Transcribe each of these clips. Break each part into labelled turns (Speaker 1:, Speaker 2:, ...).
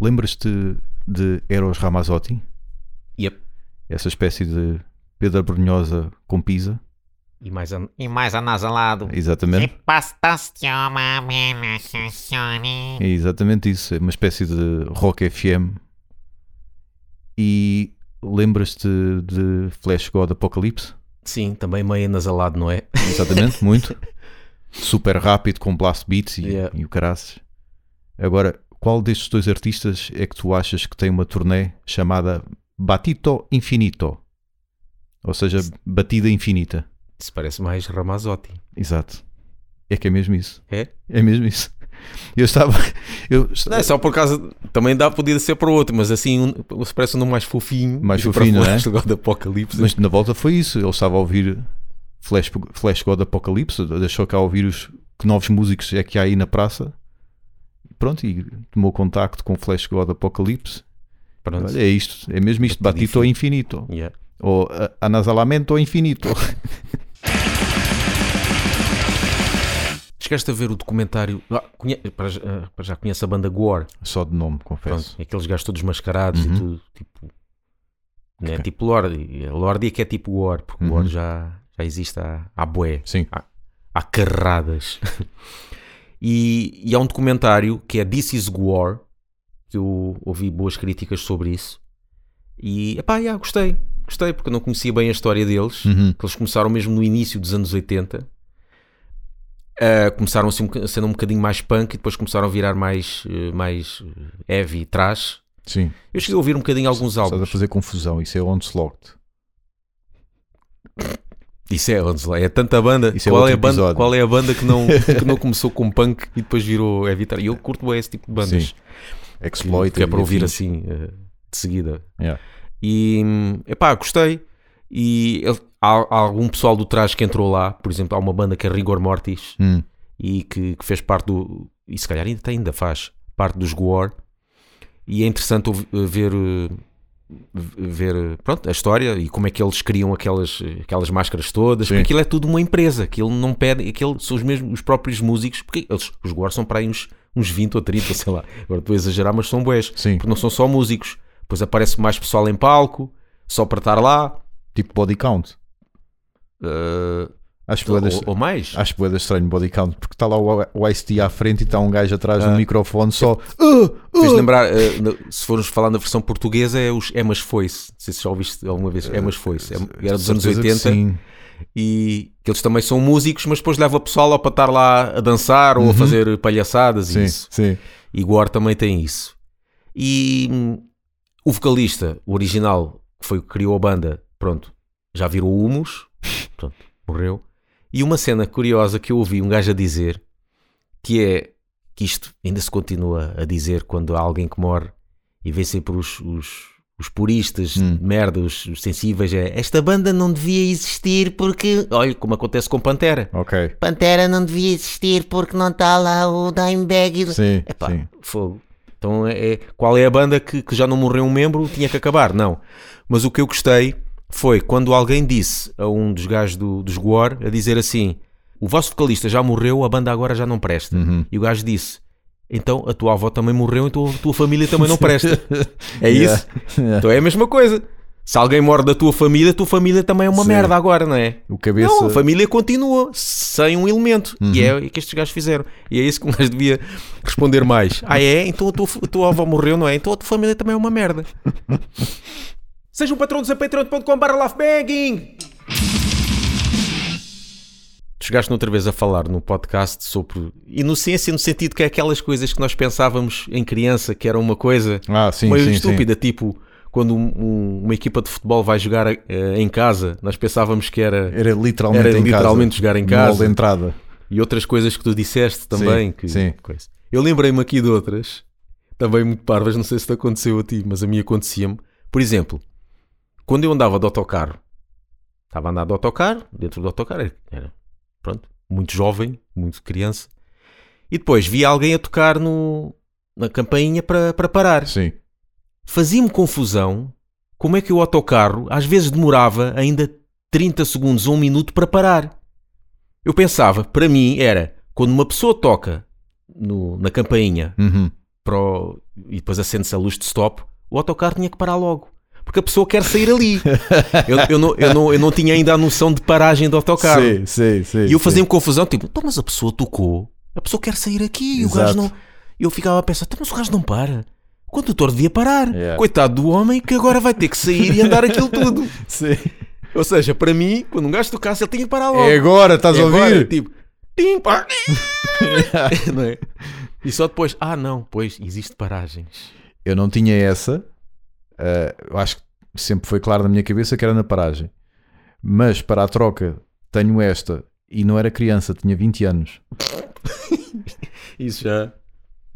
Speaker 1: Lembras-te de Eros Ramazzotti?
Speaker 2: Yep.
Speaker 1: Essa espécie de pedra brunhosa com pisa?
Speaker 2: E mais, an... e mais anasalado.
Speaker 1: Exatamente. É exatamente isso, é uma espécie de rock FM. E lembras-te de Flash God Apocalypse?
Speaker 2: Sim, também meio anasalado, não é?
Speaker 1: Exatamente, muito. Super rápido, com blast beats e,
Speaker 2: Yeah.
Speaker 1: e o caraças. Agora, qual destes dois artistas é que tu achas que tem uma turnê chamada Batito Infinito? Ou seja, batida infinita.
Speaker 2: Isso parece mais Ramazotti.
Speaker 1: Exato. É que é mesmo isso.
Speaker 2: É?
Speaker 1: É mesmo isso. Eu estava. Eu,
Speaker 2: Não, é só por causa. Também dá, podia ser para outro, mas assim, um, se parece um nome mais fofinho.
Speaker 1: Mais
Speaker 2: e para
Speaker 1: fofinho, não é?
Speaker 2: Flash God Apocalypse.
Speaker 1: Mas na volta foi isso. Ele estava a ouvir Flash, Flash God Apocalipse, deixou cá ouvir os que novos músicos é que há aí na praça. Pronto, e tomou contacto com Flash God Apocalipse.
Speaker 2: Pronto.
Speaker 1: Olha, é isto, é mesmo isto,
Speaker 2: Batido
Speaker 1: batido ao infinito.
Speaker 2: Yeah.
Speaker 1: Ou a- anasalamento ao infinito.
Speaker 2: Chegaste a ver o documentário. Ah, conhe- para já- ah, para já conhece a banda Gore.
Speaker 1: Só de nome, confesso.
Speaker 2: Pronto, aqueles gajos todos mascarados
Speaker 1: Uhum.
Speaker 2: e tudo, tipo, né?
Speaker 1: Ok.
Speaker 2: tipo Lorde, Lorde é que é tipo War, porque
Speaker 1: Uhum.
Speaker 2: War já, já existe há, há bué,
Speaker 1: Sim.
Speaker 2: há carradas. e, e há um documentário que é This is War, que eu ouvi boas críticas sobre isso, e epá, yeah, gostei, gostei, porque eu não conhecia bem a história deles,
Speaker 1: Uhum.
Speaker 2: que eles começaram mesmo no início dos anos 80. Ah, começaram assim, um boca- sendo um bocadinho mais punk e depois começaram a virar mais, eh, mais eh, heavy, trash.
Speaker 1: Sim.
Speaker 2: Eu cheguei a ouvir um bocadinho alguns
Speaker 1: Estás a
Speaker 2: álbuns.
Speaker 1: fazer confusão. Isso é Onslaught.
Speaker 2: Isso é, vamos lá, é tanta banda.
Speaker 1: Isso é
Speaker 2: qual,
Speaker 1: outro
Speaker 2: é a banda
Speaker 1: episódio.
Speaker 2: qual é a banda que não, que não começou com punk e depois virou heavy trash? E eu curto bem esse tipo de bandas.
Speaker 1: Sim.
Speaker 2: que-
Speaker 1: Exploit.
Speaker 2: que é para ouvir assim eh, de seguida.
Speaker 1: Yeah.
Speaker 2: E hum, epá, gostei. E ele- há, há algum pessoal do trás que entrou lá, por exemplo, há uma banda que é Rigor Mortis
Speaker 1: Hum.
Speaker 2: e que, que fez parte do. E se calhar ainda, tem- ainda faz parte dos Gore. E é interessante ouvi- ver. eh, ver eh, pronto, a história e como é que eles criam aquelas, eh, aquelas máscaras todas,
Speaker 1: Sim.
Speaker 2: porque aquilo é tudo uma empresa, aquilo não pede, aquilo são os mesmos os próprios músicos, porque eles, os Gore são para aí uns, uns 20 ou 30, sei lá, agora estou a exagerar, mas são boés,
Speaker 1: Sim.
Speaker 2: porque não são só músicos, depois aparece mais pessoal em palco, só para estar lá,
Speaker 1: Tipo body count.
Speaker 2: eh,
Speaker 1: Acho que
Speaker 2: ou,
Speaker 1: é das-
Speaker 2: ou mais.
Speaker 1: Acho boeda estranho body count, porque está lá o, o Ice-T à frente e está um gajo atrás de um microfone só.
Speaker 2: Tens de lembrar, eh, no- se formos falar na versão portuguesa, é os Emas Foice. Não sei se já ouviste alguma vez. Emas Foice. É- Era dos anos
Speaker 1: Eh, Certeza que
Speaker 2: 80
Speaker 1: Sim,
Speaker 2: e que eles também são músicos, mas depois leva o pessoal lá para estar lá a dançar ou a fazer palhaçadas e
Speaker 1: sim,
Speaker 2: isso.
Speaker 1: sim.
Speaker 2: E Gore também tem isso. E hum, o vocalista, o original, que foi o que criou a banda, pronto, já virou humus, pronto, morreu. E uma cena curiosa que eu ouvi um gajo a dizer, que é que isto ainda se continua a dizer quando há alguém que morre e vê sempre os, os, os puristas
Speaker 1: Hum.
Speaker 2: de merda, os, os sensíveis, é esta banda não devia existir porque, olha, como acontece com Pantera.
Speaker 1: Ok.
Speaker 2: Pantera não devia existir porque não está lá o Dimebag. e-
Speaker 1: Sim,
Speaker 2: Epá,
Speaker 1: sim.
Speaker 2: fogo. Então, é, é- qual é a banda que, que já não morreu um membro? Tinha que acabar, não. Mas o que eu gostei foi quando alguém disse a um dos gajos do, dos Guar a dizer assim: o vosso vocalista já morreu, a banda agora já não presta.
Speaker 1: Uhum.
Speaker 2: E o gajo disse: então a tua avó também morreu, então a tua família também não presta. É
Speaker 1: Yeah.
Speaker 2: isso? Então é a mesma coisa. Se alguém morre da tua família, a tua família também é uma
Speaker 1: Sim.
Speaker 2: merda agora, não é?
Speaker 1: O cabeça.
Speaker 2: Não, a família continua sem um elemento.
Speaker 1: Uhum.
Speaker 2: E é o que estes gajos fizeram. E é isso que um gajo devia responder mais. Ah, é? Então a tua, a tua avó morreu, não é? Então a tua família também é uma merda. Seja um patrão do zapatreon.com.br lovebanging! Tu chegaste outra vez a falar no podcast sobre inocência no sentido que é aquelas coisas que nós pensávamos em criança que era uma coisa
Speaker 1: Ah, sim,
Speaker 2: meio
Speaker 1: sim, sim.
Speaker 2: estúpida, tipo quando um- um- uma equipa de futebol vai jogar eh, em casa, nós pensávamos que era
Speaker 1: Era literalmente
Speaker 2: era
Speaker 1: em casa.
Speaker 2: literalmente jogar em casa.
Speaker 1: No hall de entrada.
Speaker 2: e outras coisas que tu disseste também.
Speaker 1: Sim,
Speaker 2: que,
Speaker 1: sim.
Speaker 2: coisa. Eu lembrei-me aqui de outras, também muito parvas, não sei se te aconteceu a ti, mas a mim acontecia-me. Por exemplo, quando eu andava de autocarro, estava a andar de autocarro, dentro do autocarro, era- era, pronto, muito jovem, muito criança, e depois via alguém a tocar no, na campainha para, para parar.
Speaker 1: Sim.
Speaker 2: Fazia-me confusão como é que o autocarro às vezes demorava ainda 30 segundos ou um minuto para parar. Eu pensava, para mim era, quando uma pessoa toca no- na campainha
Speaker 1: Uhum.
Speaker 2: para o- e depois acende-se a luz de stop, o autocarro tinha que parar logo. Porque a pessoa quer sair ali. eu, eu não, eu, não, eu não tinha ainda a noção de paragem do autocarro.
Speaker 1: Sim, sim, sim.
Speaker 2: E eu
Speaker 1: sim.
Speaker 2: fazia-me confusão, tipo, "Então, mas a pessoa tocou, a pessoa quer sair aqui, e o gajo
Speaker 1: Exato.
Speaker 2: não. Eu ficava a pensar, "Então, mas o gajo não para. O condutor devia parar.
Speaker 1: Yeah.
Speaker 2: Coitado do homem que agora vai ter que sair e andar aquilo tudo.
Speaker 1: Sim.
Speaker 2: Ou seja, para mim, quando um gajo tocasse, ele tinha que parar logo.
Speaker 1: É agora, estás a
Speaker 2: É agora,
Speaker 1: ouvir?
Speaker 2: Tipo, tim, pá, não é? E só depois, ah não, pois, existe paragens.
Speaker 1: Eu não tinha essa. Ah, eu acho que sempre foi claro na minha cabeça que era na paragem. Mas para a troca tenho esta e não era criança, tinha 20 anos.
Speaker 2: Isso já.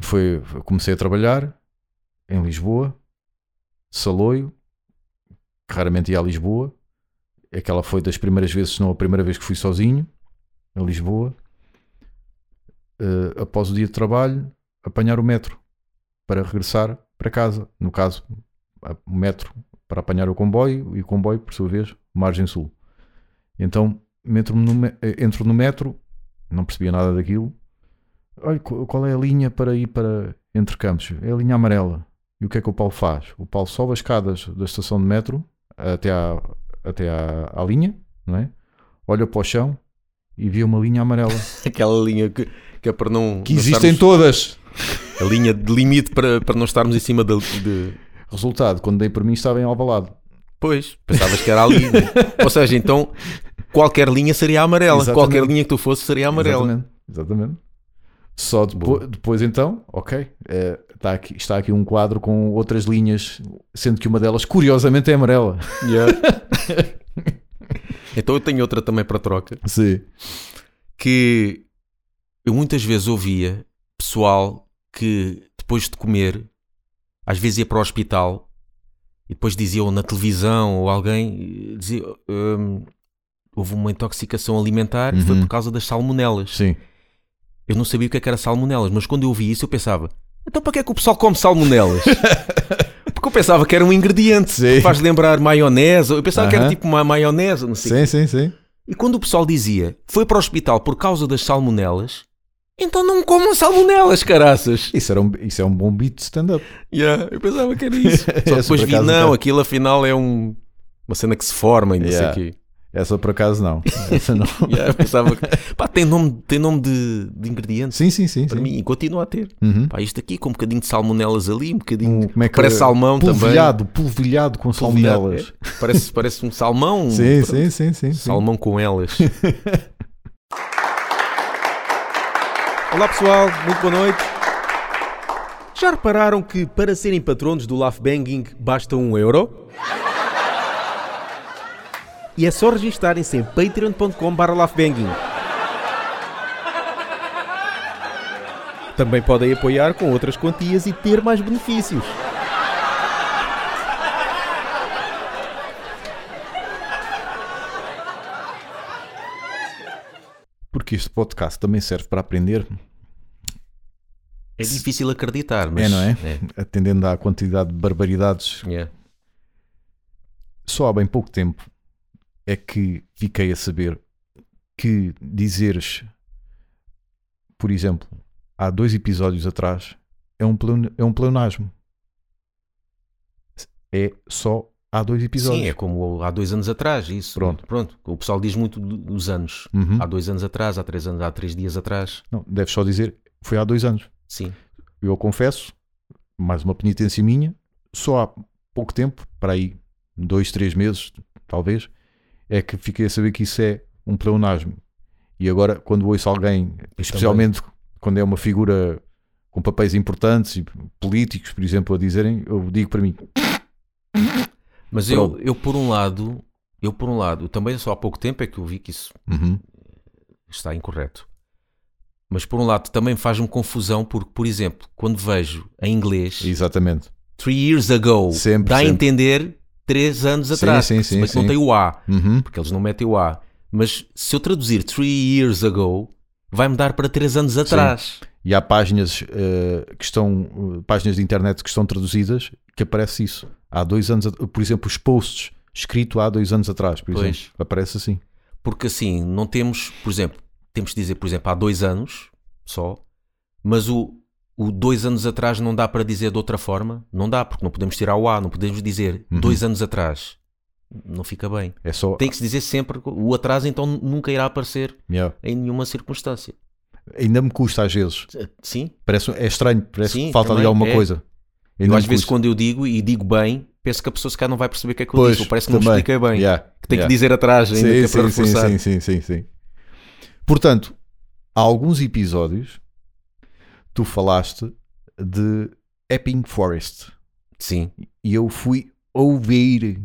Speaker 1: Foi, foi- comecei a trabalhar em Lisboa, Saloio, raramente ia a Lisboa. Aquela foi das primeiras vezes, se não a primeira vez que fui sozinho a Lisboa. Eh, após o dia de trabalho, apanhar o metro para regressar para casa. No caso, a- o metro para apanhar o comboio e o comboio, por sua vez, margem sul. Então entro no, me- eh, entro no metro, não percebia nada daquilo, olha, qu- qual é a linha para ir para entre campos? É a linha amarela. E o que é que o Paulo faz? O Paulo sobe as escadas da estação de metro até à, até à, à linha, não é? Olha para o chão e vê uma linha amarela.
Speaker 2: Aquela linha que, que é para não.
Speaker 1: Que
Speaker 2: não
Speaker 1: existem
Speaker 2: estarmos-
Speaker 1: todas.
Speaker 2: A linha de limite para, para não estarmos em cima da- de,
Speaker 1: Resultado, quando dei por mim estava em Alvalade.
Speaker 2: Pois, pensavas que era ali. Ou seja, então qualquer linha seria amarela.
Speaker 1: Exatamente.
Speaker 2: Qualquer linha que tu fosse seria amarela.
Speaker 1: Exatamente. Exatamente. Só depo-
Speaker 2: Boa.
Speaker 1: depois então, ok, eh, está, aqui, está aqui um quadro com outras linhas, sendo que uma delas, curiosamente, é amarela.
Speaker 2: Yeah. então eu tenho outra também para troca.
Speaker 1: Sim.
Speaker 2: Que eu muitas vezes ouvia pessoal que depois de comer, às vezes ia para o hospital e depois diziam na televisão ou alguém eh, dizia. "Hum, Houve uma intoxicação alimentar e foi
Speaker 1: Uhum.
Speaker 2: por causa das salmonelas.
Speaker 1: Sim.
Speaker 2: Eu não sabia o que, é que era salmonelas, mas quando eu ouvi isso eu pensava: então para que é que o pessoal come salmonelas? Porque eu pensava que era um ingrediente,
Speaker 1: Sim.
Speaker 2: que faz lembrar maionese, eu pensava que era
Speaker 1: Aham.
Speaker 2: tipo uma maionese, não sei.
Speaker 1: Sim, sim, sim.
Speaker 2: E quando o pessoal dizia: foi para o hospital por causa das salmonelas, então não comam salmonelas, caraças.
Speaker 1: Isso, era um, isso é um bom beat de stand-up.
Speaker 2: Yeah, eu pensava que era isso. Só que
Speaker 1: Essa
Speaker 2: depois
Speaker 1: É, por
Speaker 2: vi:
Speaker 1: acaso
Speaker 2: não,
Speaker 1: não.
Speaker 2: aquilo afinal é um- uma cena que se forma e não
Speaker 1: Yeah.
Speaker 2: sei o quê.
Speaker 1: Essa por É acaso não. Essa não.
Speaker 2: Yeah, eu pensava que. Pá, tem nome, tem nome de, de ingrediente
Speaker 1: sim, sim, sim.
Speaker 2: para
Speaker 1: sim.
Speaker 2: mim e continua a ter.
Speaker 1: Uhum.
Speaker 2: Pá, isto aqui com um bocadinho de salmonelas ali, um bocadinho.
Speaker 1: Um- como é que
Speaker 2: Parece salmão
Speaker 1: polvilhado, polvilhado com
Speaker 2: também. Polvilhado,
Speaker 1: salmonelas.
Speaker 2: é. Parece, parece um salmão.
Speaker 1: Sim, sim, sim, sim, sim.
Speaker 2: Salmão com elas. Olá pessoal, muito boa noite. Já repararam que para serem patronos do Laugh Banging basta um euro? E é só registarem-se em patreon.com.br laughbanging. Também podem apoiar com outras quantias e ter mais benefícios.
Speaker 1: Porque este podcast também serve para aprender,
Speaker 2: É difícil acreditar, mas... é.
Speaker 1: mas- É, não é? atendendo à quantidade de barbaridades. Só há bem pouco tempo é que fiquei a saber que dizeres, por exemplo, há dois episódios atrás, é um, pleon- é um pleonasmo. É só há dois episódios.
Speaker 2: Sim, é como há dois anos atrás, isso.
Speaker 1: Pronto.
Speaker 2: Pronto. O pessoal diz muito do- dos anos.
Speaker 1: Uhum.
Speaker 2: Há dois anos atrás, há três anos, há três dias atrás.
Speaker 1: Não, deves só dizer, foi há dois anos.
Speaker 2: Sim.
Speaker 1: Eu confesso, mais uma penitência minha, só há pouco tempo, para aí dois, três meses, talvez, é que fiquei a saber que isso é um pleonasmo. E agora, quando ouço alguém, especialmente quando é uma figura com papéis importantes e políticos, por exemplo, a dizerem, eu digo para mim,
Speaker 2: Mas eu,
Speaker 1: Pronto.
Speaker 2: eu, por um lado, eu por um lado, também só há pouco tempo é que eu vi que isso
Speaker 1: "Uhum,
Speaker 2: está incorreto. Mas por um lado também faz-me confusão porque, por exemplo, quando vejo em inglês
Speaker 1: exatamente.
Speaker 2: three years ago,
Speaker 1: Sempre,
Speaker 2: dá a
Speaker 1: sempre.
Speaker 2: entender três anos atrás.
Speaker 1: sim, sim,
Speaker 2: mas não
Speaker 1: sim.
Speaker 2: tem o A.
Speaker 1: Uhum,
Speaker 2: porque eles não metem o A. Mas se eu traduzir 3 years ago, vai-me dar para 3 anos atrás.
Speaker 1: E há páginas eh, que estão, eh, páginas de internet que estão traduzidas que aparece isso. Há dois anos, at- por exemplo, os posts escrito há dois anos atrás, por
Speaker 2: Pois.
Speaker 1: exemplo, aparece assim.
Speaker 2: Porque assim, não temos, por exemplo, temos de dizer, por exemplo, há 2 anos só, mas o o dois anos atrás não dá para dizer de outra forma? Não dá, porque não podemos tirar o A, não podemos dizer
Speaker 1: Uhum.
Speaker 2: dois anos atrás. Não fica bem.
Speaker 1: É só.
Speaker 2: Tem que se dizer sempre o atraso, então nunca irá aparecer
Speaker 1: Yeah.
Speaker 2: em nenhuma circunstância.
Speaker 1: Ainda me custa às vezes.
Speaker 2: Sim,
Speaker 1: Parece, é estranho, parece
Speaker 2: Sim,
Speaker 1: que falta ali
Speaker 2: também
Speaker 1: alguma
Speaker 2: é.
Speaker 1: coisa.
Speaker 2: eu,
Speaker 1: Ainda
Speaker 2: às
Speaker 1: me
Speaker 2: vezes
Speaker 1: custa.
Speaker 2: quando eu digo e digo bem, penso que a pessoa se calhar não vai perceber o que é que eu
Speaker 1: Pois,
Speaker 2: disse, ou parece que não me
Speaker 1: também.
Speaker 2: expliquei bem.
Speaker 1: Yeah,
Speaker 2: Que tem
Speaker 1: yeah.
Speaker 2: que dizer atrás ainda que é para
Speaker 1: sim,
Speaker 2: reforçar.
Speaker 1: sim, sim, sim, sim. Portanto, há alguns episódios tu falaste de Epping Forest
Speaker 2: Sim.
Speaker 1: e eu fui ouvir.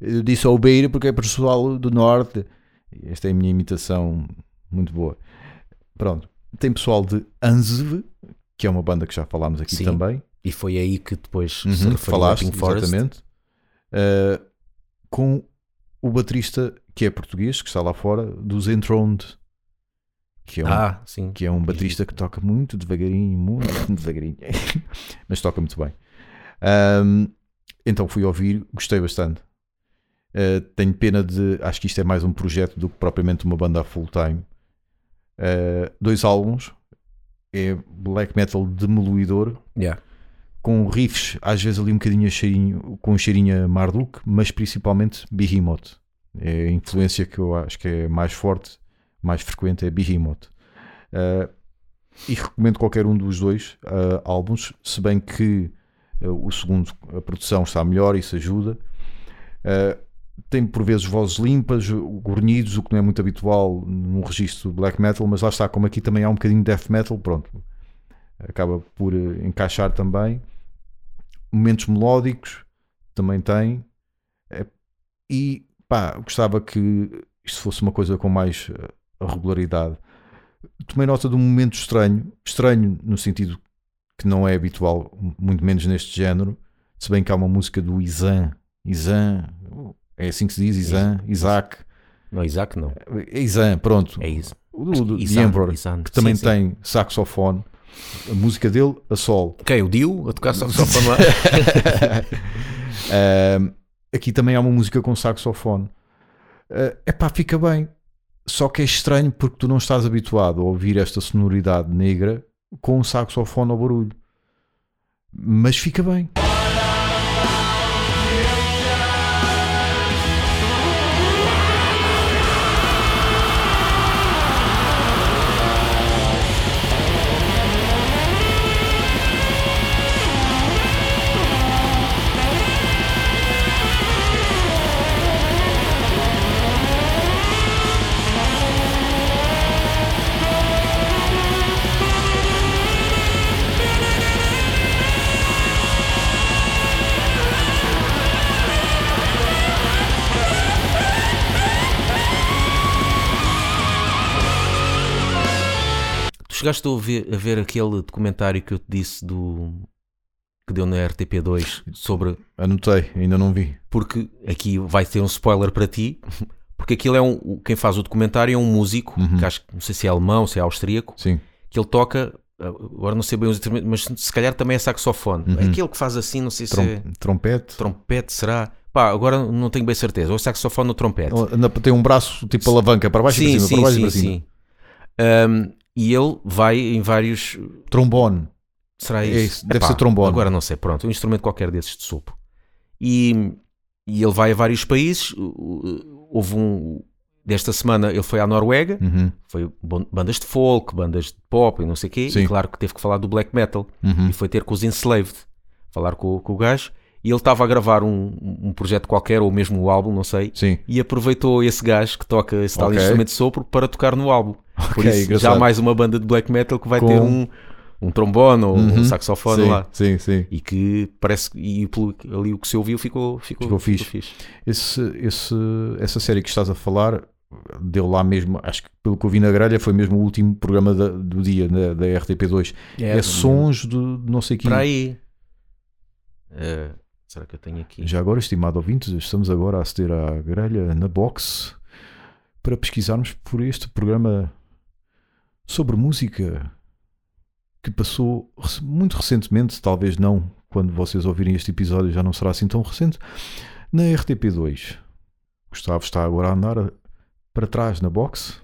Speaker 1: Eu disse ouvir porque é pessoal do norte. Esta é a minha imitação muito boa. Pronto. Tem pessoal de Anzve, que é uma banda que já falámos aqui
Speaker 2: Sim.
Speaker 1: também.
Speaker 2: E foi aí que depois se
Speaker 1: Uhum,
Speaker 2: referiu
Speaker 1: falaste,
Speaker 2: a Pink Forest.
Speaker 1: exatamente, Uh, com o baterista que é português, que está lá fora, dos Enthroned, que é um,
Speaker 2: Ah, sim.
Speaker 1: que é um baterista que toca muito devagarinho, muito devagarinho, mas toca muito bem. Um, então fui ouvir, gostei bastante. Uh, tenho pena de. Acho que isto é mais um projeto do que propriamente uma banda a full time. Uh, dois álbuns. É black metal demolidor
Speaker 2: Yeah.
Speaker 1: com riffs, às vezes ali um bocadinho a cheirinho, com um cheirinho a Marduk, mas principalmente Behemoth. É a influência que eu acho que é mais forte, mais frequente, é Behemoth. Ah, e recomendo qualquer um dos dois ah, álbuns, se bem que ah, o segundo, a produção está melhor, isso ajuda. Ah, tem por vezes vozes limpas, gornidos, o que não é muito habitual num registro de black metal, mas lá está, como aqui também há um bocadinho de death metal, pronto, acaba por eh, encaixar também. Momentos melódicos também tem. Eh, E pá, gostava que isto fosse uma coisa com mais eh, regularidade. Tomei nota de um momento estranho, estranho no sentido que não é habitual, muito menos neste género, se bem que há uma música do Isan, Isan, é assim que se diz, Isan, Isaac,
Speaker 2: Não, Isaac não.
Speaker 1: é Isan, pronto,
Speaker 2: É isso.
Speaker 1: o do, do, The
Speaker 2: Isan,
Speaker 1: Emperor,
Speaker 2: Isan.
Speaker 1: que também
Speaker 2: Sim, sim.
Speaker 1: tem saxofone, a música dele, a sol.
Speaker 2: Quem? O Dio? A tocar saxofone lá?
Speaker 1: Ahm, aqui também há uma música com saxofone. É epá, fica bem. Só que é estranho porque tu não estás habituado a ouvir esta sonoridade negra com um saxofone ao barulho. Mas fica bem.
Speaker 2: Tu chegaste a ver, a ver aquele documentário que eu te disse do que deu na RTP2 sobre
Speaker 1: Anotei, ainda não vi.
Speaker 2: porque aqui vai ter um spoiler para ti porque aquilo é um o- quem faz o documentário é um músico
Speaker 1: Uhum.
Speaker 2: que acho que não sei se é alemão se é austríaco
Speaker 1: Sim.
Speaker 2: que ele toca agora não sei bem os instrumentos mas se calhar também é saxofone
Speaker 1: Uhum.
Speaker 2: é aquele que faz assim não sei se
Speaker 1: Trom-
Speaker 2: é
Speaker 1: Trompete.
Speaker 2: trompete será pá agora não tenho bem certeza ou é saxofone ou trompete
Speaker 1: Anda- Tem um braço tipo alavanca para baixo e para cima, para baixo e para cima.
Speaker 2: sim. Ahm, e ele vai em vários
Speaker 1: Trombone.
Speaker 2: Será
Speaker 1: É
Speaker 2: isso?
Speaker 1: isso, deve ser trombone.
Speaker 2: Agora não sei, pronto, um instrumento qualquer desses de sopro. E, e ele vai a vários países. o- o- Houve um. Desta semana ele foi à Noruega,
Speaker 1: Uhum,
Speaker 2: foi bon- bandas de folk, bandas de pop e não sei o quê.
Speaker 1: Sim.
Speaker 2: E claro que teve que falar do black metal.
Speaker 1: uhum.
Speaker 2: E foi ter com os Enslaved, falar com, o- com o gajo. E ele estava a gravar um, um projeto qualquer, ou mesmo o álbum, não sei.
Speaker 1: Sim.
Speaker 2: E aproveitou esse gajo que toca esse tal
Speaker 1: Ok.
Speaker 2: instrumento de sopro para tocar no álbum. Por
Speaker 1: Ok,
Speaker 2: isso, já
Speaker 1: engraçado.
Speaker 2: mais uma banda de black metal que vai
Speaker 1: Com-
Speaker 2: ter um, um trombone ou
Speaker 1: Uhum,
Speaker 2: um saxofone
Speaker 1: Sim,
Speaker 2: lá.
Speaker 1: sim, sim.
Speaker 2: E que parece que e pelo, ali o que se ouviu ficou, ficou,
Speaker 1: Ficou fixe.
Speaker 2: fixe.
Speaker 1: Esse, esse, essa série que estás a falar deu lá mesmo, acho que pelo que eu vi na grelha, foi mesmo o último programa da- do dia da, da RTP2. É, sons do não sei quem.
Speaker 2: Para aí. Eh, será que eu tenho aqui?
Speaker 1: Já agora, estimado ouvintes, estamos agora a aceder à grelha na box para pesquisarmos por este programa sobre música que passou rec- muito recentemente, talvez não, quando vocês ouvirem este episódio já não será assim tão recente, na eh, RTP2. Gustavo está agora a andar a- para trás na box.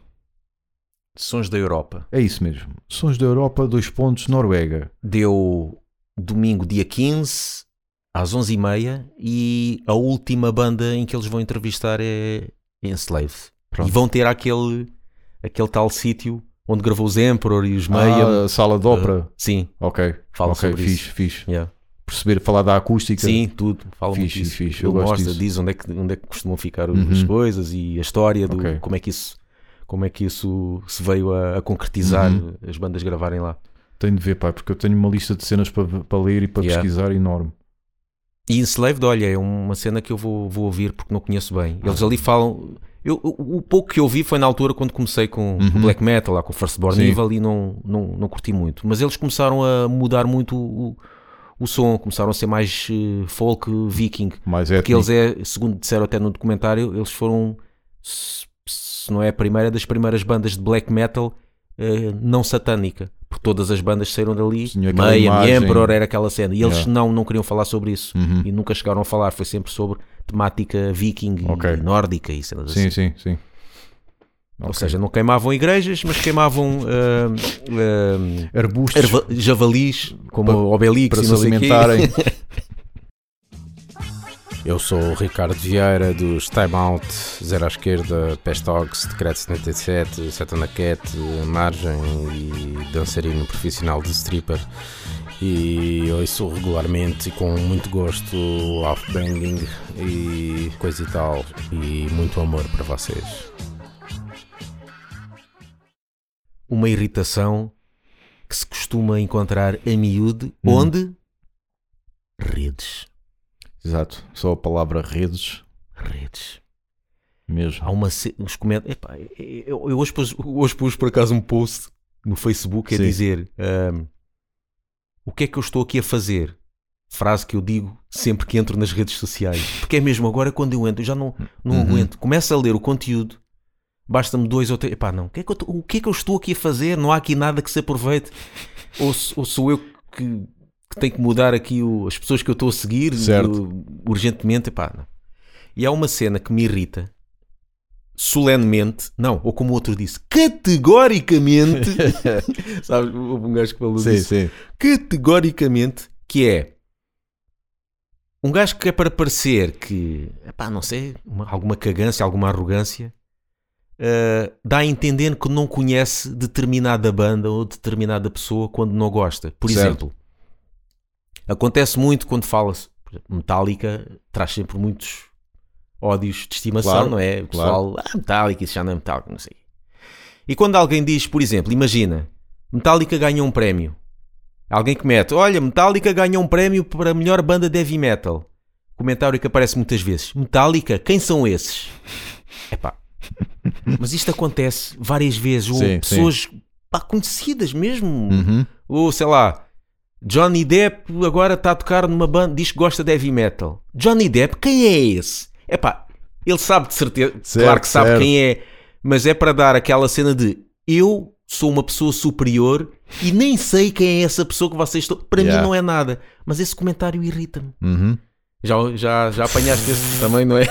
Speaker 2: Sons da Europa.
Speaker 1: É isso mesmo. Sons da Europa, dois pontos, Noruega.
Speaker 2: Deu domingo, dia 15, às 11h30, e a última banda em que eles vão entrevistar é Enslave.
Speaker 1: Pronto.
Speaker 2: E vão ter aquele, aquele tal sítio onde gravou os Emperor e os Mayhem.
Speaker 1: Ah, sala de ópera.
Speaker 2: Sim,
Speaker 1: Ok.
Speaker 2: eh, fala
Speaker 1: ok,
Speaker 2: sobre
Speaker 1: fixe,
Speaker 2: isso.
Speaker 1: fixe.
Speaker 2: Yeah.
Speaker 1: Perceber, falar da acústica.
Speaker 2: Sim, tudo. Fala muito
Speaker 1: Fixe,
Speaker 2: disso.
Speaker 1: fixe, eu
Speaker 2: Ele
Speaker 1: gosto
Speaker 2: mostra,
Speaker 1: disso.
Speaker 2: diz onde é, que, onde é que costumam ficar as
Speaker 1: Uhum.
Speaker 2: coisas e a história do
Speaker 1: Ok.
Speaker 2: como é que isso como é que isso se veio a, a concretizar
Speaker 1: Uhum.
Speaker 2: as bandas gravarem lá.
Speaker 1: Tenho de ver, pá, porque eu tenho uma lista de cenas para, para ler e para
Speaker 2: Yeah.
Speaker 1: pesquisar enorme.
Speaker 2: E Enslaved, olha, é uma cena que eu vou, vou ouvir porque não conheço bem. Eles ali falam. Eu, o o pouco que eu ouvi foi na altura quando comecei com o
Speaker 1: Uhum.
Speaker 2: black metal, lá com o Firstborn
Speaker 1: Sim.
Speaker 2: Evil e não, não, não curti muito. Mas eles começaram a mudar muito o, o som, começaram a ser mais eh, folk viking.
Speaker 1: Mais é
Speaker 2: Porque eles é, segundo disseram até no documentário, eles foram, se, se não é a primeira, das primeiras bandas de black metal eh, não satânica. Porque todas as bandas saíram dali,
Speaker 1: Tinha aquela
Speaker 2: Mayhem,
Speaker 1: imagem.
Speaker 2: Emperor era aquela cena. E eles
Speaker 1: Yeah.
Speaker 2: não, não queriam falar sobre isso
Speaker 1: Uhum.
Speaker 2: e nunca chegaram a falar, foi sempre sobre temática viking e-
Speaker 1: Ok.
Speaker 2: e nórdica e cenas assim.
Speaker 1: Sim, sim, sim.
Speaker 2: Ou seja, não queimavam igrejas, mas queimavam ah, ah,
Speaker 1: arbustos
Speaker 2: erva- javalis como
Speaker 1: Para-
Speaker 2: Obelix
Speaker 1: para
Speaker 2: e
Speaker 1: se
Speaker 2: não sei quê.
Speaker 1: alimentarem.
Speaker 3: Eu sou o Ricardo Vieira dos Time Out, Zero à Esquerda, Pestox, Decreto 77, Satana Cat, Margem e dançarino profissional de stripper. E ouço regularmente e com muito gosto o off-banging e coisa e tal. E muito amor para vocês.
Speaker 2: Uma irritação que se costuma encontrar a miúde,
Speaker 1: Hum.
Speaker 2: onde? Redes.
Speaker 1: Exato. Só a palavra redes
Speaker 2: Redes.
Speaker 1: mesmo.
Speaker 2: Há uma ce- uns comentários. Epá, eu, eu hoje, pus, hoje pus por acaso um post no Facebook a
Speaker 1: Sim.
Speaker 2: dizer ahm, o que é que eu estou aqui a fazer? Frase que eu digo sempre que entro nas redes sociais. Porque é mesmo agora quando eu entro, eu já não, não
Speaker 1: Uhum.
Speaker 2: aguento. Começo a ler o conteúdo, basta-me dois ou três. Epá, não, o que, é que eu, tô- o que é que eu estou aqui a fazer? Não há aqui nada que se aproveite. Ou, s- ou sou eu que, que tenho que mudar aqui o- as pessoas que eu estou a seguir
Speaker 1: Certo.
Speaker 2: eu- urgentemente? Epá, não. E há uma cena que me irrita solenemente, não, ou como o outro disse, categoricamente, sabes, houve um gajo que falou
Speaker 1: Sim,
Speaker 2: disso,
Speaker 1: sim.
Speaker 2: categoricamente, que é um gajo que é para parecer que, epá, não sei, uma- alguma cagância, alguma arrogância, ah, dá a entender que não conhece determinada banda ou determinada pessoa quando não gosta. Por
Speaker 1: Certo.
Speaker 2: exemplo, acontece muito quando fala-se, por exemplo, Metallica traz sempre muitos ódios de estimação,
Speaker 1: Claro,
Speaker 2: não é? O pessoal, ah, Metallica, isso já não é Metallica, não sei. E quando alguém diz, por exemplo, imagina, Metallica ganhou um prémio. Alguém que mete, olha, Metallica ganhou um prémio para a melhor banda de heavy metal. Comentário que aparece muitas vezes. Metallica, quem são esses? Epá. Mas isto acontece várias vezes. Ou
Speaker 1: Sim,
Speaker 2: pessoas pá, conhecidas mesmo.
Speaker 1: Uhum.
Speaker 2: Ou sei lá, Johnny Depp agora está a tocar numa banda, diz que gosta de heavy metal. Johnny Depp, quem é esse? Epá, ele sabe de certeza,
Speaker 1: Certo,
Speaker 2: claro que sabe
Speaker 1: certo.
Speaker 2: quem é, mas é para dar aquela cena de eu sou uma pessoa superior e nem sei quem é essa pessoa que vocês estão. Para
Speaker 1: Yeah.
Speaker 2: mim não é nada, mas esse comentário irrita-me.
Speaker 1: Uhum.
Speaker 2: Já, já, já apanhaste esse também, não é?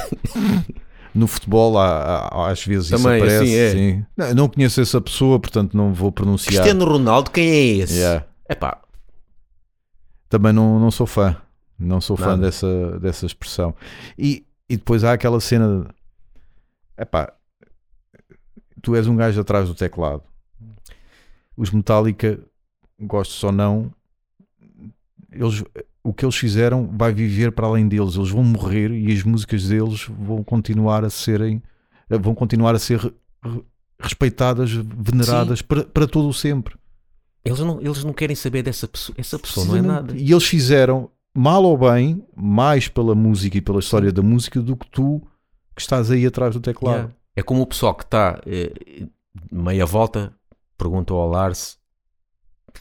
Speaker 1: No futebol há- há- às vezes
Speaker 2: Também,
Speaker 1: isso aparece.
Speaker 2: assim é.
Speaker 1: sim. Não, não conheço essa pessoa, portanto não vou pronunciar.
Speaker 2: Cristiano Ronaldo, quem é esse?
Speaker 1: Yeah.
Speaker 2: Epá,
Speaker 1: Também não, não sou fã. Não sou fã
Speaker 2: Nada.
Speaker 1: dessa, dessa expressão. E, e depois há aquela cena. de- Epá, tu és um gajo atrás do teclado. Os Metallica, gostes ou não, eles, o que eles fizeram vai viver para além deles. Eles vão morrer e as músicas deles vão continuar a serem. vão continuar a ser re- re- respeitadas, veneradas para, para todo o sempre.
Speaker 2: eles não, eles não querem saber dessa pessoa. Essa pessoa não é nada.
Speaker 1: E eles fizeram, mal ou bem, mais pela música e pela história da música do que tu que estás aí atrás do teclado.
Speaker 2: Yeah. É como o pessoal que está meia volta, perguntou ao Lars,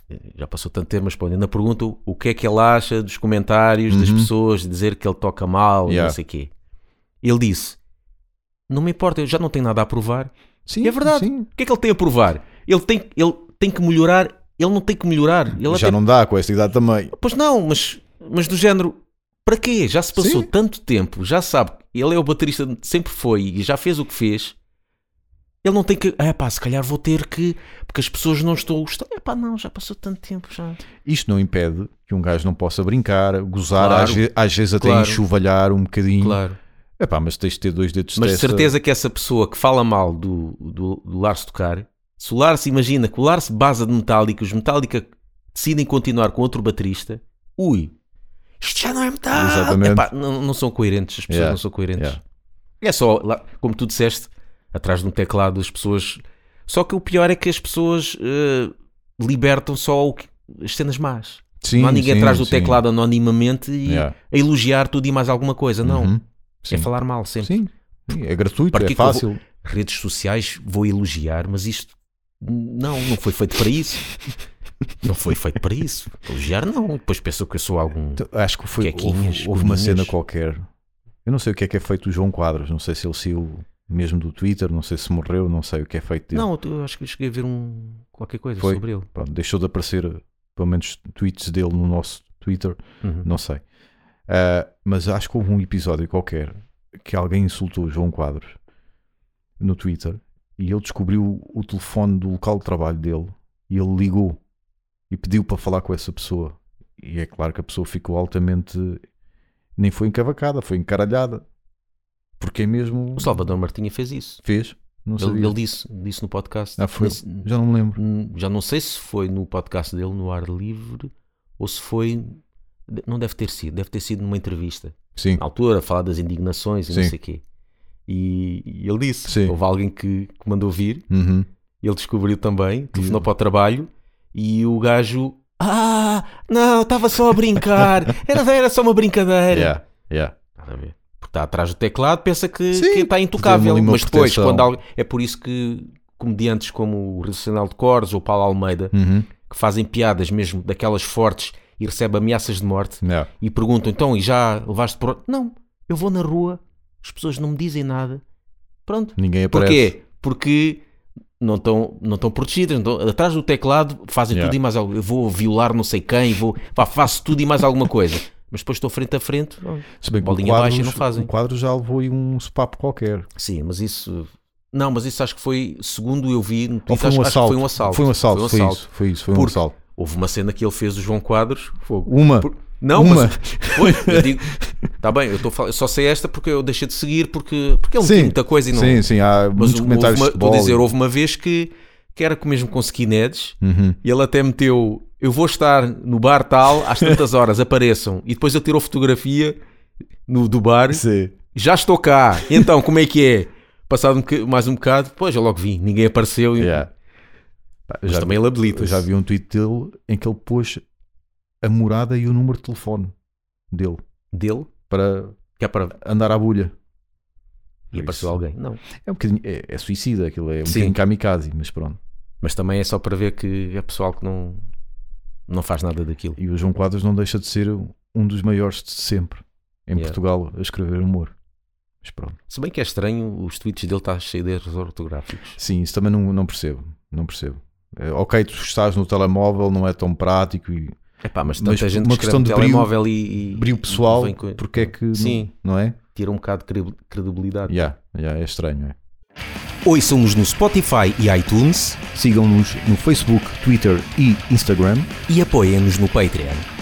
Speaker 2: eh, já passou tanto tempo, mas pronto, ainda pergunto o que é que ele acha dos comentários das
Speaker 1: Uhum.
Speaker 2: pessoas, dizer que ele toca mal, e não
Speaker 1: Yeah.
Speaker 2: sei o quê. Ele disse: Não me importa, eu já não tenho nada a provar.
Speaker 1: Sim,
Speaker 2: É verdade.
Speaker 1: sim.
Speaker 2: O que é que ele tem a provar? Ele tem, ele tem que melhorar, ele não tem que melhorar. Ele
Speaker 1: Já
Speaker 2: até-
Speaker 1: não dá com esta idade também.
Speaker 2: Pois não, mas, mas do género, para quê? Já se passou
Speaker 1: Sim.
Speaker 2: tanto tempo, já sabe, ele é o baterista, sempre foi e já fez o que fez. Ele não tem que. É pá, se calhar vou ter que. Porque as pessoas não estão a gostar. É pá, não, já passou tanto tempo. Já.
Speaker 1: Isto não impede que um gajo não possa brincar, gozar,
Speaker 2: Claro.
Speaker 1: às, ve- às vezes até
Speaker 2: Claro.
Speaker 1: enxovalhar um bocadinho.
Speaker 2: Claro.
Speaker 1: Epá, mas tens de ter dois dedos de
Speaker 2: Mas de
Speaker 1: testa.
Speaker 2: certeza que essa pessoa que fala mal do, do, do Lars tocar, se o Lars imagina que o Lars baza de Metallica, os Metallica decidem continuar com outro baterista, ui, isto já não é metal.
Speaker 1: Exatamente.
Speaker 2: Epá, não, não são coerentes, as pessoas
Speaker 1: Yeah,
Speaker 2: não são coerentes.
Speaker 1: yeah.
Speaker 2: É só, lá- como tu disseste, atrás de um teclado as pessoas. Só que o pior é que as pessoas eh, libertam só o que- as cenas más.
Speaker 1: Sim,
Speaker 2: não há ninguém
Speaker 1: sim,
Speaker 2: atrás do
Speaker 1: sim.
Speaker 2: teclado anonimamente e
Speaker 1: Yeah.
Speaker 2: a elogiar tudo e mais alguma coisa. Não,
Speaker 1: Uhum.
Speaker 2: é
Speaker 1: Sim.
Speaker 2: falar mal sempre
Speaker 1: Sim. Sim, é gratuito,
Speaker 2: Para que
Speaker 1: é
Speaker 2: que eu vou-
Speaker 1: fácil.
Speaker 2: redes sociais vou elogiar, mas isto não, não foi feito para isso. Não foi feito para isso. Elogiar não. Depois pensou que eu sou algum.
Speaker 1: Então, Acho que foi
Speaker 2: Quequinhas,
Speaker 1: houve, houve uma
Speaker 2: cominhas.
Speaker 1: cena qualquer. Eu não sei o que é que é feito do João Quadros, não sei se ele saiu mesmo do Twitter, não sei se morreu, não sei o que é feito dele.
Speaker 2: Não, eu acho que eu cheguei a ver um qualquer coisa
Speaker 1: Foi.
Speaker 2: sobre ele.
Speaker 1: Pronto, deixou de aparecer pelo menos tweets dele no nosso Twitter,
Speaker 2: Uhum.
Speaker 1: não sei. Ah, mas acho que houve um episódio qualquer que alguém insultou o João Quadros no Twitter e ele descobriu o telefone do local de trabalho dele e ele ligou e pediu para falar com essa pessoa. E é claro que a pessoa ficou altamente. nem foi encavacada, foi encaralhada. Porque é mesmo.
Speaker 2: O Salvador Martinha fez isso.
Speaker 1: fez? Não
Speaker 2: Ele,
Speaker 1: sabia.
Speaker 2: ele disse, disse no podcast.
Speaker 1: Ah, foi-
Speaker 2: Disse-
Speaker 1: Já não me lembro.
Speaker 2: Hum, já não sei se foi no podcast dele, no ar livre, ou se foi. de- Não deve ter sido, deve ter sido numa entrevista.
Speaker 1: Sim.
Speaker 2: Na altura, a falar das indignações e não
Speaker 1: Sim.
Speaker 2: sei o quê. E, e ele disse:
Speaker 1: Sim.
Speaker 2: houve alguém que, que mandou vir
Speaker 1: Uhum.
Speaker 2: ele descobriu também,
Speaker 1: Hum.
Speaker 2: telefonou para o trabalho e o gajo. Ah, não, estava só a brincar. Era, era só uma brincadeira.
Speaker 1: Yeah, yeah.
Speaker 2: Nada a ver. Porque está atrás do teclado, pensa que,
Speaker 1: Sim,
Speaker 2: que está
Speaker 1: tem
Speaker 2: intocável.
Speaker 1: ali uma
Speaker 2: Mas depois,
Speaker 1: proteção.
Speaker 2: quando alguém. É por isso que comediantes como o Racional de Cores ou o Paulo Almeida,
Speaker 1: Uhum.
Speaker 2: que fazem piadas mesmo daquelas fortes e recebem ameaças de morte
Speaker 1: Yeah.
Speaker 2: e perguntam então, e já levaste por. Não, eu vou na rua, as pessoas não me dizem nada. Pronto,
Speaker 1: Ninguém aparece.
Speaker 2: Porquê? Porque não estão não estão protegidas. não estão- atrás do teclado fazem
Speaker 1: Yeah.
Speaker 2: tudo e mais algo. Eu vou violar não sei quem, vou, pá, faço tudo e mais alguma coisa. Mas depois estou frente a frente. não.
Speaker 1: Se bem que
Speaker 2: Bolinha
Speaker 1: o quadro,
Speaker 2: baixa não fazem.
Speaker 1: O quadro já levou aí um sopapo qualquer.
Speaker 2: Sim, mas isso. Não, mas isso acho que foi, segundo eu vi, no
Speaker 1: Ou
Speaker 2: Twitter, acho, acho que foi um assalto.
Speaker 1: Foi um assalto, foi,
Speaker 2: assalto.
Speaker 1: isso. Foi isso, foi um
Speaker 2: Porque-
Speaker 1: assalto.
Speaker 2: Houve uma cena que ele fez o João Quadros. Fogo.
Speaker 1: Uma.
Speaker 2: Por- Não,
Speaker 1: Uma.
Speaker 2: mas. Foi, eu digo. Está bem, eu, estou a falar- eu só sei esta porque eu deixei de seguir, porque, porque ele
Speaker 1: Sim.
Speaker 2: tem muita coisa e não.
Speaker 1: Sim, sim, há
Speaker 2: mas
Speaker 1: muitos
Speaker 2: houve
Speaker 1: comentários
Speaker 2: uma,
Speaker 1: de
Speaker 2: estou a
Speaker 1: futebol.
Speaker 2: dizer, houve uma vez que, que era com- mesmo com skinheads
Speaker 1: Uhum.
Speaker 2: E ele até meteu: Eu vou estar no bar tal, às tantas horas, apareçam. E depois ele tirou fotografia no, do bar.
Speaker 1: Sim.
Speaker 2: Já estou cá. Então, como é que é? Passado um boca- mais um bocado, depois eu logo vim. Ninguém apareceu. e-
Speaker 1: Yeah. Pá, eu
Speaker 2: Mas
Speaker 1: já,
Speaker 2: também ele habilita.
Speaker 1: eu já vi um tweet dele em que ele pôs a morada e o número de telefone dele
Speaker 2: Dele,
Speaker 1: para
Speaker 2: que é para.
Speaker 1: andar à bolha.
Speaker 2: E apareceu alguém. Não.
Speaker 1: É um bocadinho, é, é suicida aquilo, é um
Speaker 2: Sim.
Speaker 1: bocadinho kamikaze, mas pronto.
Speaker 2: Mas também é só para ver que é pessoal que não, não faz nada daquilo.
Speaker 1: E o João Quadros não deixa de ser um dos maiores de sempre em
Speaker 2: Yeah.
Speaker 1: Portugal a escrever humor. Mas pronto.
Speaker 2: Se bem que é estranho, os tweets dele está cheio de erros ortográficos.
Speaker 1: Sim, isso também não, não percebo. Não percebo. É, ok, tu estás no telemóvel, não é tão prático e
Speaker 2: Epá, mas tanta
Speaker 1: Mas
Speaker 2: gente
Speaker 1: uma
Speaker 2: que escreve
Speaker 1: questão
Speaker 2: no
Speaker 1: de brilho-
Speaker 2: telemóvel e, e
Speaker 1: brilho pessoal,
Speaker 2: vem com-
Speaker 1: porque é que
Speaker 2: Sim.
Speaker 1: não, não é?
Speaker 2: tira um bocado de credi- credibilidade.
Speaker 1: Já, já, é estranho. É.
Speaker 2: Ouçam-nos no Spotify e iTunes
Speaker 1: Sigam-nos no Facebook, Twitter e Instagram.
Speaker 2: e apoiem-nos no Patreon.